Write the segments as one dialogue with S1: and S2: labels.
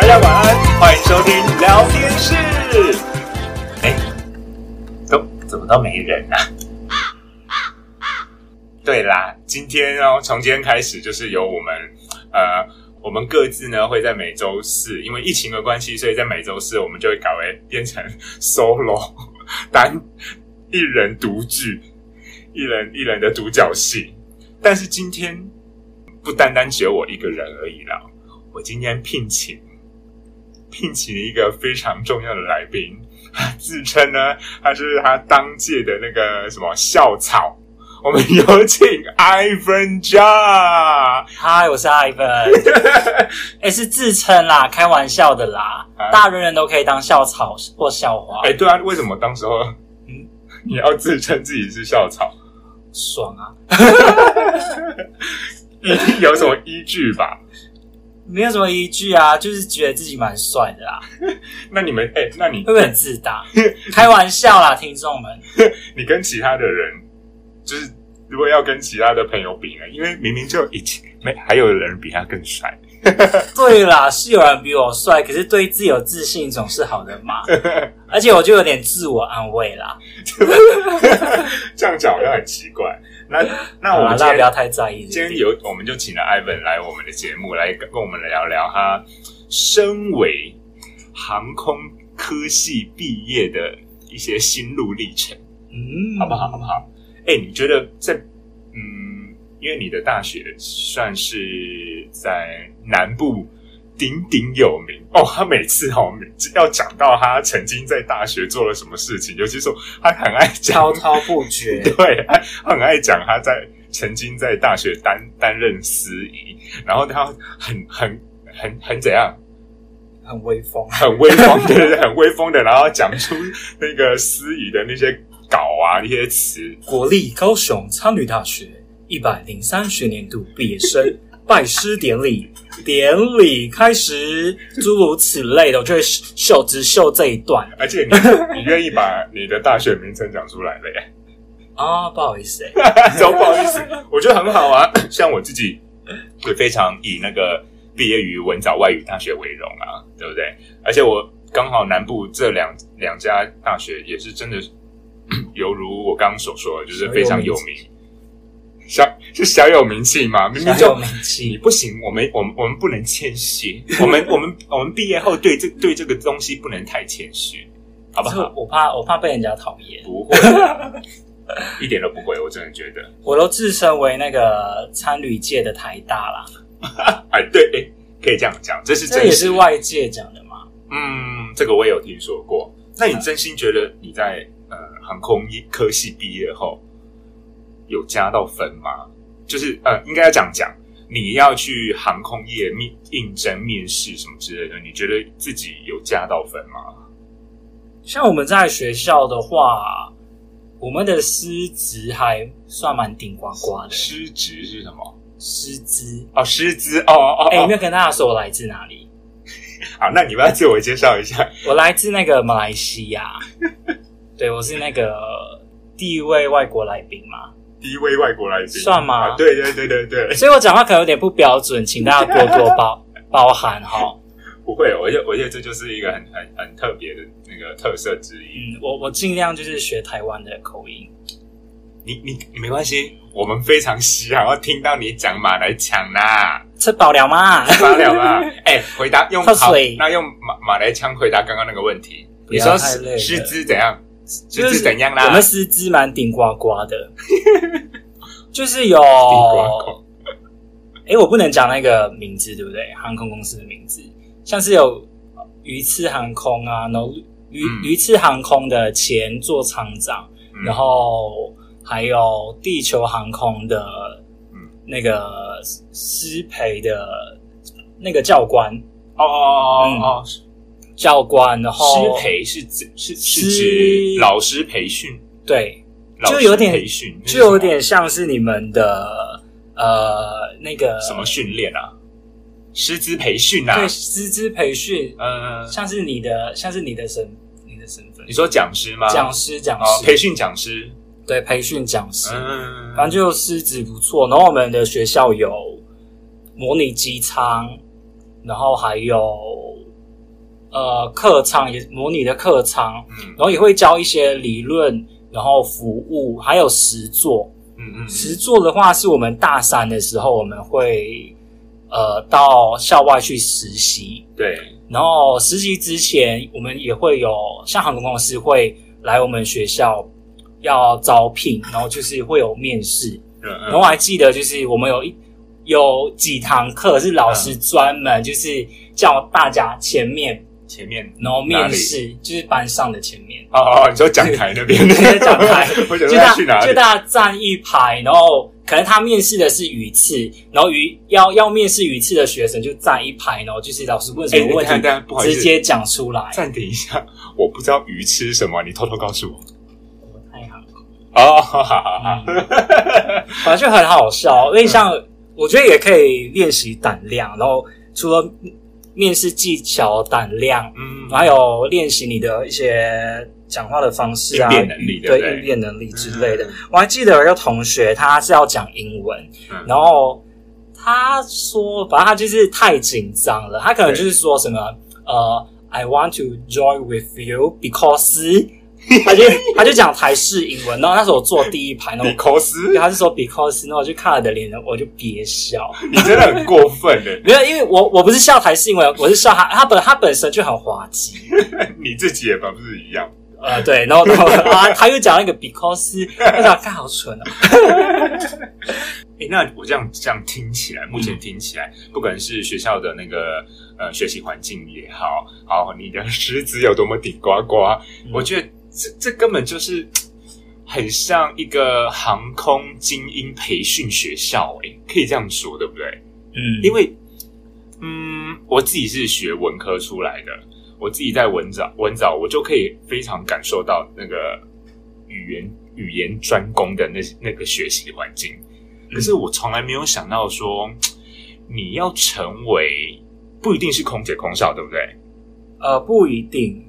S1: 大家晚安，欢迎收听聊天室。哎，都怎么都没人啊？ 对啦，今天哦，从今天开始就是由我们呃，我们各自呢会在每周四，因为疫情的关系，所以在每周四我们就会改为变成 solo 单一人独剧，一人一人的独角戏。但是今天不单单只有我一个人而已啦，我今天聘请聘请一个非常重要的来宾， 他自称呢他是他当届的那个什么校草。我们有请 Ivan Ja，
S2: 嗨，我是 Ivan。哎、 是自称啦，开玩笑的啦。
S1: 啊
S2: 大人人都可以当校草或校花，
S1: 哎、对啊，为什么当时候嗯你要自称自己是校草？
S2: 爽啊！
S1: 一定有什么依据吧？
S2: 没有什么依据啊，就是觉得自己蛮帅 的啦，
S1: 那你们哎、那你
S2: 会不会很自大？开玩笑啦，听众们。
S1: 你跟其他的人，就是如果要跟其他的朋友比呢？因为明明就已经没还有人比他更帅，
S2: 对啦，是有人比我帅，可是对自己有自信总是好的 嘛。而且我就有点自我安慰啦。
S1: 这样讲好像很奇怪。那那
S2: 好
S1: 我
S2: 啦，
S1: 们今
S2: 大家不要
S1: 天
S2: 太在意。
S1: 今天有我们就请了艾文来我们的节目来跟我们聊聊他身为航空科系毕业的一些心路历程。
S2: 嗯，
S1: 好不好？好不？好？哎、你觉得在嗯，因为你的大学算是在南部鼎鼎有名哦。他每次哦，每次要讲到他曾经在大学做了什么事情，尤其是他很爱讲
S2: 滔，滔不 绝。
S1: 对，他他很爱讲他在曾经在大学担担任司仪，然后他很很很很怎样，
S2: 很威风，
S1: 很威风的，很威风的，然后讲出那个司仪的那些稿啊，那些词，
S2: 国立高雄参旅大学一百零三学年度毕业生拜师典礼，典礼开始，诸如此类的，我就会秀只秀这一段
S1: 而且你你愿意把你的大学名称讲出来了耶？
S2: 啊、不好 意思、欸，
S1: 都不好意思，我觉得很好啊。像我自己，我非常以那个毕业于文藻外语大学为荣啊，对不对？而且我刚好南部这两两家大学也是 真的，犹如我刚刚所说的，就是非常有名。小是小有名气吗？明明
S2: 小
S1: 就
S2: 有名
S1: 你
S2: 气，
S1: 不行，我们我们我们不能谦 虚，我们我们我们毕业后对这对这个东西不能太谦虚，好不
S2: 可是
S1: 好？
S2: 我怕我怕被人家讨厌，
S1: 不会啊，一点都不会，我真的觉得。
S2: 我都自称为那个参旅界的台大啦，
S1: 哎，对，哎，可以这样讲，这是
S2: 这
S1: 真
S2: 也
S1: 实
S2: 是。外界讲的嘛。
S1: 嗯，这个我也有听说过。那
S2: 嗯
S1: 你真心觉得你在呃航空科系毕业后有加到分吗？就是呃，应该要这样讲，你要去航空业面应征面试什么之类的，你觉得自己有加到分吗？
S2: 像我们在学校的话，我们的师资还算蛮顶呱呱的，
S1: 师职是什么？
S2: 师资。
S1: 哦，师资哦哦哦
S2: 哎、有
S1: 哦，
S2: 没有跟大家说我来自哪里？
S1: 好，那你们要自我介绍一下。
S2: 我来自那个马来西亚， 对我是那个第一位外国来宾嘛，
S1: 第一位外国来宾
S2: 算吗
S1: 啊对对对对对，
S2: 所以我讲话可能有点不标准，请大家多多包 包涵哈。
S1: 不会，我觉得我觉得这就是一个很很很特别的那个特色之一。
S2: 嗯，我我尽量就是学台湾的口音，
S1: 你你你没关系，我们非常希望要听到你讲马来腔 啦，
S2: 吃饱 了吗？
S1: 发了啦！哎、回答用
S2: 喝
S1: 好
S2: 水，
S1: 那用马马来腔回答刚刚那个问题。
S2: 不
S1: 你
S2: 要
S1: 说
S2: 太累
S1: 师
S2: 了
S1: 师资怎样？师
S2: 就
S1: 资
S2: 是
S1: 怎样
S2: 我们
S1: 啦？
S2: 师资蛮顶呱呱 的，就是有
S1: 地瓜口
S2: 哎、我不能讲那个名字，对不对？航空公司的名字，像是有鱼翅航空啊，然后鱼、
S1: 嗯
S2: 鱼翅航空的前座舱长，
S1: 嗯
S2: 然后还有地球航空的
S1: 嗯
S2: 那个师培的那个教官，
S1: 哦
S2: 嗯
S1: 哦哦哦哦，
S2: 教官，然后
S1: 师培是指是是
S2: 师
S1: 指老师培训，
S2: 对，
S1: 老师
S2: 就有点
S1: 培训，那是
S2: 就有
S1: 什么
S2: 点像是你们的呃那个
S1: 什么训练啊？师资培训啊
S2: 对？师资培训，
S1: 呃，
S2: 像是你的像是你的身你的身份
S1: 你。说讲师吗？
S2: 讲师，讲
S1: 哦，
S2: 师，
S1: 培训讲师，
S2: 对，培训讲师，
S1: 嗯，
S2: 反正就师资不错。然后我们的学校有模拟机舱，然后还有呃课纲，也模拟的课纲，
S1: 嗯
S2: 然后也会教一些理论，然后服务，还有实作。
S1: 嗯嗯，
S2: 实作的话，是我们大三的时候我们会呃到校外去实习，
S1: 对，
S2: 然后实习之前，我们也会有像航空公司会来我们学校要招聘，然后就是会有面试。
S1: 嗯
S2: 然后
S1: 嗯
S2: 我还记得，就是我们有一有几堂课是老
S1: 嗯
S2: 师专门就是叫大家前面，
S1: 前面，
S2: 然后面试，就是班上的前面
S1: 哦哦，你说讲台那 边，
S2: 对讲台
S1: 我想
S2: 就
S1: 说他
S2: 大
S1: 去哪
S2: 就
S1: 里？
S2: 大家站一排，然后可能他面试的是语次，然后语要要面试语次的学生就站一排，然后就是老师问什
S1: 哎，
S2: 么
S1: 你
S2: 问
S1: 看，
S2: 题，
S1: 但不好意
S2: 直
S1: 思，
S2: 接讲出来。
S1: 暂停一下，我不知道鱼吃什么，你偷偷告诉我。
S2: 嗯太好了
S1: 哦，好好好好，
S2: 嗯，反正就很好笑。因为像
S1: 嗯
S2: 我觉得也可以练习胆量，然后除了面试技巧、胆量，
S1: 嗯，
S2: 还有练习你的一些讲话的方式啊，
S1: 应变能力对
S2: 对
S1: 不对
S2: 应变能力之类的。
S1: 嗯
S2: 我还记得有一个同学，他是要讲英文，
S1: 嗯
S2: 然后他说，反正他就是太紧张了，他可能就是说什么呃，I want to join with you because，他就 他就讲台式英文，然后那时候我坐第一排，然后
S1: 你
S2: 我
S1: 口死，
S2: 他是说 because，然后我就看了的脸，我就憋笑，
S1: 你真的很过分欸的，
S2: 没有，因为我我不是笑台式英文，我是笑他他本他本身就很滑稽。
S1: 你自己也不是一样。
S2: 呃，对，然后然后啊，他又讲那个 because，我想看好蠢啊，
S1: 哎，那我这样这样听起来，目前听起来，不管是学校的那个呃学习环境也好，好你的师资有多么顶呱呱，
S2: 嗯
S1: 我觉得这这根本就是嘖很像一个航空精英培训学校、诶，可以这样说，对不对？
S2: 嗯，
S1: 因为，嗯，我自己是学文科出来的，我自己在文藻文藻，我就可以非常感受到那个语言语言专攻的那那个学习环境。可是我从来没有想到说，你要成为不一定是空姐空少，对不对？
S2: 呃不一定，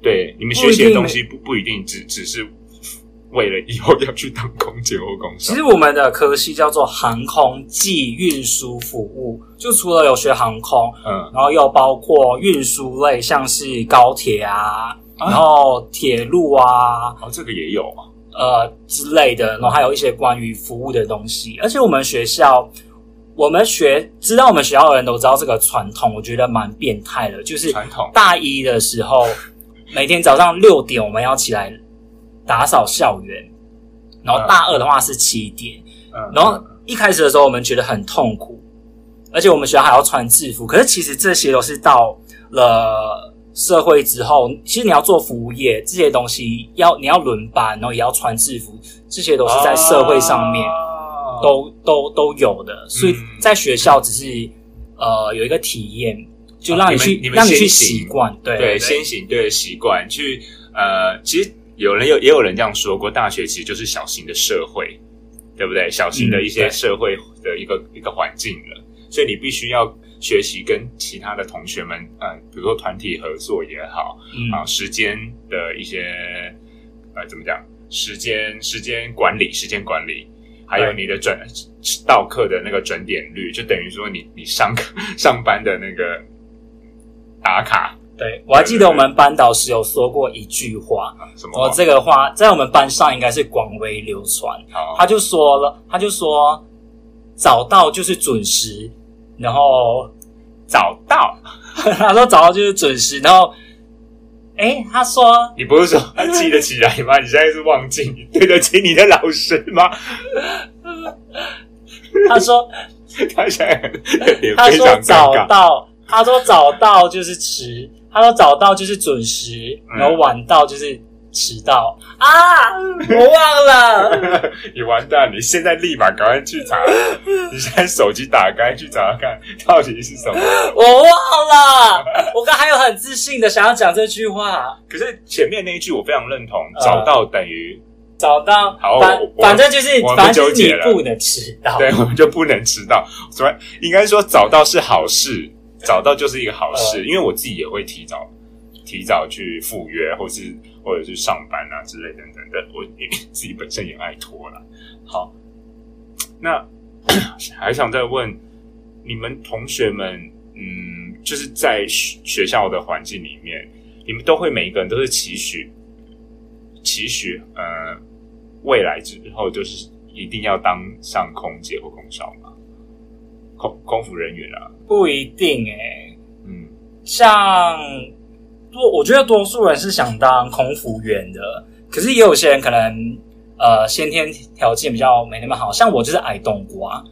S1: 对，你们
S2: 不
S1: 学
S2: 一定
S1: 习的东西不不一定只只是为了以后要去当空姐或空
S2: 其
S1: 少。
S2: 实我们的科系叫做航空暨运输服务，就除了有学航空，
S1: 嗯，
S2: 然后又包括运输类，像是高铁啊，
S1: 啊
S2: 然后铁路啊，
S1: 哦，这个也有啊。
S2: 呃之类的，然后还有一些关于服务的东西。而且我们学校，我们学知道我们学校的人都知道这个传统，我觉得蛮变态的。就是
S1: 传统
S2: 大一的时候，每天早上六点我们要起来打扫校园，然后大二的话是七点，
S1: 嗯，
S2: 然后一开始的时候我们觉得很痛苦，而且我们学校还要穿制服。可是其实这些都是到了社会之后，其实你要做服务业这些东西要，你要轮班，然后也要穿制服，这些都是在社会上面、
S1: 哦
S2: 都都都有的。所以
S1: 嗯
S2: 在学校只是呃有一个体验，就让
S1: 啊你们
S2: 去、
S1: 你们
S2: 让你去
S1: 先行
S2: 习惯，对
S1: 对先行对习惯去呃，其实有人有也有人这样说过，大学其实就是小型的社会，对不对？小型的一
S2: 嗯
S1: 些
S2: 对
S1: 社会的一个、一个环境了，所以你必须要学习跟其他的同学们，呃，比如说团体合作也好，
S2: 嗯
S1: 啊，时间的一些呃怎么讲，时间时间管理，时间管理。还有你的准到课的那个准点率，就等于说你你上课 上班的那个打卡
S2: 对，我还记得我们班导师有说过一句话，
S1: 啊什么
S2: 哦
S1: 话？，
S2: 这个话在我们班上应该是广为流传。
S1: 好，
S2: 他就说了，他就说早到就是准时，然后
S1: 找到。
S2: 他说早到就是准时，然后诶，他说
S1: 你不是说他记得起来吗？你现在是忘记，你对得起你的老师吗？
S2: 他说
S1: 他现在也
S2: 他
S1: 非
S2: 说
S1: 常
S2: 早
S1: 尴尬。
S2: 到，他说早到就是迟，他说早到就是准时，
S1: 嗯
S2: 然后晚到就是迟到啊，我忘了。
S1: 你完蛋！你现在立马赶快去查，你现在手机打开去查看到底是什么。
S2: 我忘了，我刚还有很自信的想要讲这句话，
S1: 可是前面那一句我非常认同，
S2: 呃
S1: 找到等于
S2: 找到
S1: 好
S2: 反
S1: 我我
S2: 反正就是
S1: 我们
S2: 反正就
S1: 纠结
S2: 是
S1: 了
S2: 你不能迟到，
S1: 对我们就不能迟到。所以应该说找到是好事，找到就是一个好事，因为我自己也会提早提早去赴约，或是或者是上班啊之类等等的。我自己本身也 爱拖啦。好， 那还想再问你们同学们，嗯，就是在学学校的环境里面，你们都会每一个人都是期许，期许呃未来之后就是一定要当上空姐或空少嘛，空空服人员啊，
S2: 不一定哎、
S1: 嗯，
S2: 像多，我觉得多数人是想当空服员的，可是也有些人可能呃先天条件比较没那么好，像我就是矮冬瓜，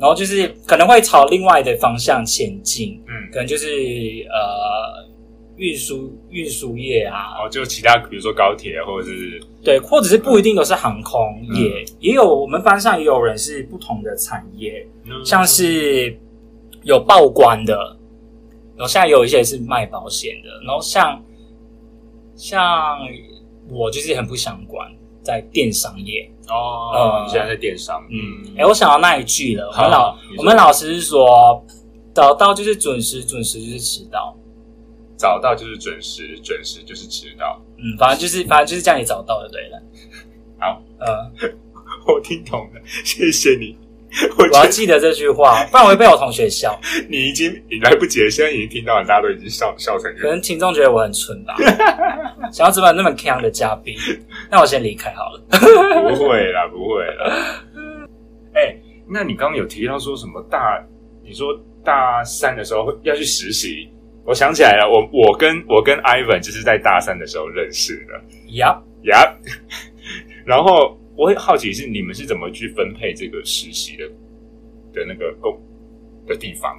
S2: 然后就是可能会朝另外的方向前进，
S1: 嗯，
S2: 可能就是呃运输运输业啊，
S1: 哦，就其他比如说高铁啊或者是
S2: 对，或者是不一定都是航空
S1: 嗯
S2: 业，也有我们班上也有人是不同的产业，
S1: 嗯
S2: 像是有报关的，然后现在有一些是卖保险的，然后像像我就是很不想管在电商业，
S1: 哦，
S2: 呃
S1: 你现在在电商，
S2: 嗯，
S1: 嗯
S2: 哎、，我想到那一句了，我
S1: 好
S2: 们老
S1: 你说
S2: 我们老师是说，早到就是准时，准时就是迟到，
S1: 早到就是准时，准时就是迟到。
S2: 嗯，反正就是反正就是叫你早到就对了，
S1: 好，
S2: 呃，
S1: 我听懂了，谢谢你。 我
S2: 我
S1: 觉
S2: 要
S1: 得
S2: 记得这句话，不然我会被我同学笑。
S1: 你已经你来不及了，现在已经听到了，大家都已经笑笑成这
S2: 可
S1: 样。
S2: 能听众觉得我很 蠢吧，想要怎么有那么强的嘉宾？那我先离开 好了。
S1: 不会啦，不会啦。 哎、那你刚刚有提到说什么大？你说大三的时候会要去实习，我想起来了，我我跟我跟 Ivan 就是在大三的时候认识的。
S2: 呀，
S1: 呀、 然后我很好奇是你们是怎么去分配这个实习的的那个工的地方？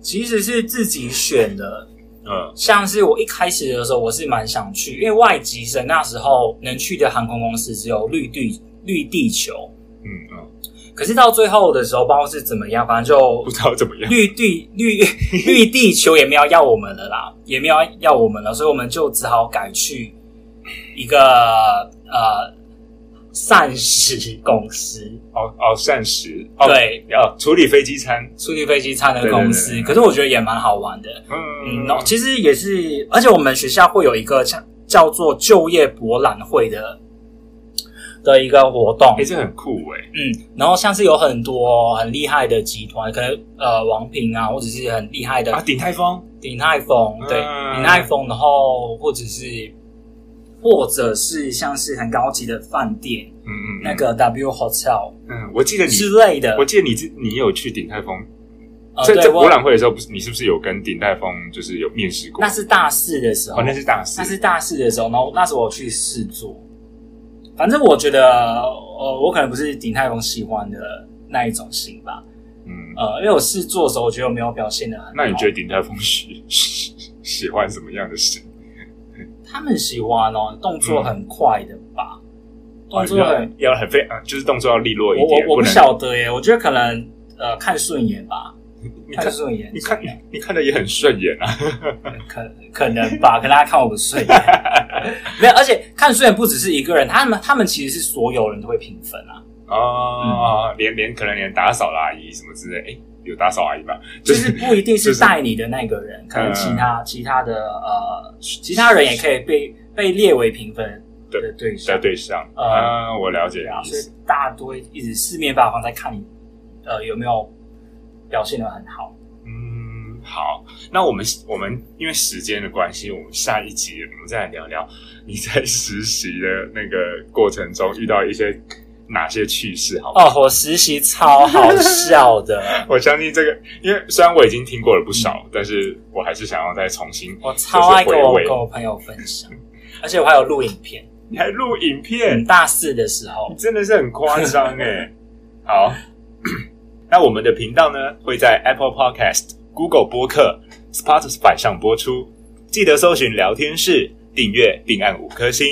S2: 其实是自己选的。
S1: 嗯
S2: 像是我一开始的时候，我是蛮想去，因为外籍生那时候能去的航空公司只有绿地绿地球，
S1: 嗯嗯，
S2: 可是到最后的时候，不知道是怎么样，反正就
S1: 不知道怎么样。
S2: 绿地绿 绿地球也没有要我们了啦，也没有要我们了，所以我们就只好改去一个呃膳食公司，
S1: 哦哦，膳食哦，
S2: 嗯对，
S1: 哦，处理飞机餐，
S2: 处理飞机餐的公司，
S1: 对对对对
S2: 可是我觉得也蛮好玩的。嗯，
S1: 嗯，
S2: 然后其实也是，而且我们学校会有一个叫叫做就业博览会的的一个活动
S1: 哎、，这很酷哎，
S2: 嗯，然后像是有很多很厉害的集团，可能呃王平啊，或者是很厉害的
S1: 啊，鼎泰丰，
S2: 鼎泰丰，对，
S1: 嗯
S2: 鼎泰丰，然后或者是或者是像是很高级的饭店，
S1: 嗯嗯，嗯
S2: 那，个 W Hotel
S1: 嗯，我记得你，
S2: 之类的
S1: 我，记得你之你有去鼎泰丰，
S2: 呃，
S1: 在在
S2: 对，我
S1: 博览会的时候，不是你是不是有跟鼎泰丰就是有面试过？
S2: 那是大四的时候，
S1: 哦，那是大四，
S2: 那是大四的时候，然后那时候我去试做，反正我觉得，呃，我可能不是鼎泰丰喜欢的那一种型吧，
S1: 嗯，
S2: 呃，因为我试做的时候，我觉得我没有表现的很好。
S1: 那你觉得鼎泰丰喜喜欢什么样的食？
S2: 他们喜欢哦，动作很快的吧？动作
S1: 哦
S2: 很，
S1: 你要要很非嗯啊，就是动作要利落一
S2: 我
S1: 点，
S2: 我我
S1: 不
S2: 不
S1: 能。
S2: 晓得耶，我觉得可能呃看顺眼吧，
S1: 你看
S2: 看，顺眼，
S1: 你看，你你看的也很顺眼啊。
S2: 可可能吧，可能他看我不顺 眼，没有，而且看顺眼不只是一个人，他们他们其实是所有人都会评分啊，
S1: 哦，
S2: 嗯
S1: 连连可能连打扫的阿姨什么之类，哎，有打扫阿姨吧？
S2: 就
S1: 就是是
S2: 不一定
S1: 就是是
S2: 带你的那个人，
S1: 嗯
S2: 可能其他其他的呃其他人也可以被被列为评分
S1: 对
S2: 的对
S1: 在
S2: 象，
S1: 对象
S2: 呃
S1: 啊，我了解
S2: 对啊，
S1: 你意
S2: 所以
S1: 思。
S2: 大家都会一直四面八方在看你呃有没有表现的很好。
S1: 嗯，好，那我们我们因为时间的关系，我们下一集我们再来聊聊你在实习的那个过程中遇到一些哪些趣事，好不好？
S2: 哦，我实习超好 笑的，
S1: 我相信这个，因为虽然我已经听过了不少，
S2: 嗯
S1: 但是我还是想要再重新。
S2: 我超爱跟我
S1: 就是回味
S2: 跟我朋友分享，而且我还有录影片。
S1: 你还录影
S2: 嗯，
S1: 片，
S2: 大四的时候
S1: 你，真的是很夸张哎。好，那我们的频道呢会在 Apple Podcast、Google 播客、Spotify 上播出，记得搜寻聊天室订阅并按五颗星。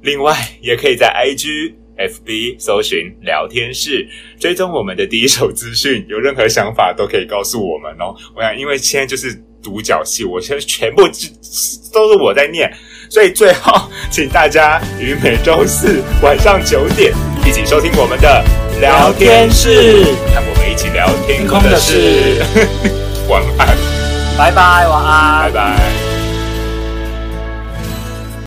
S1: 另外，也可以在 IG、FB 搜寻聊天室，追踪我们的第一手资讯。有任何想法都可以告诉我们哦。我想，因为现在就是独角戏，我现在全部是都是我在念，所以最后请大家于每周四晚上九点一起收听我们的聊天室，让我们一 起聊天空的事。晚安，
S2: 拜拜，晚
S1: 拜。
S2: 安
S1: 拜。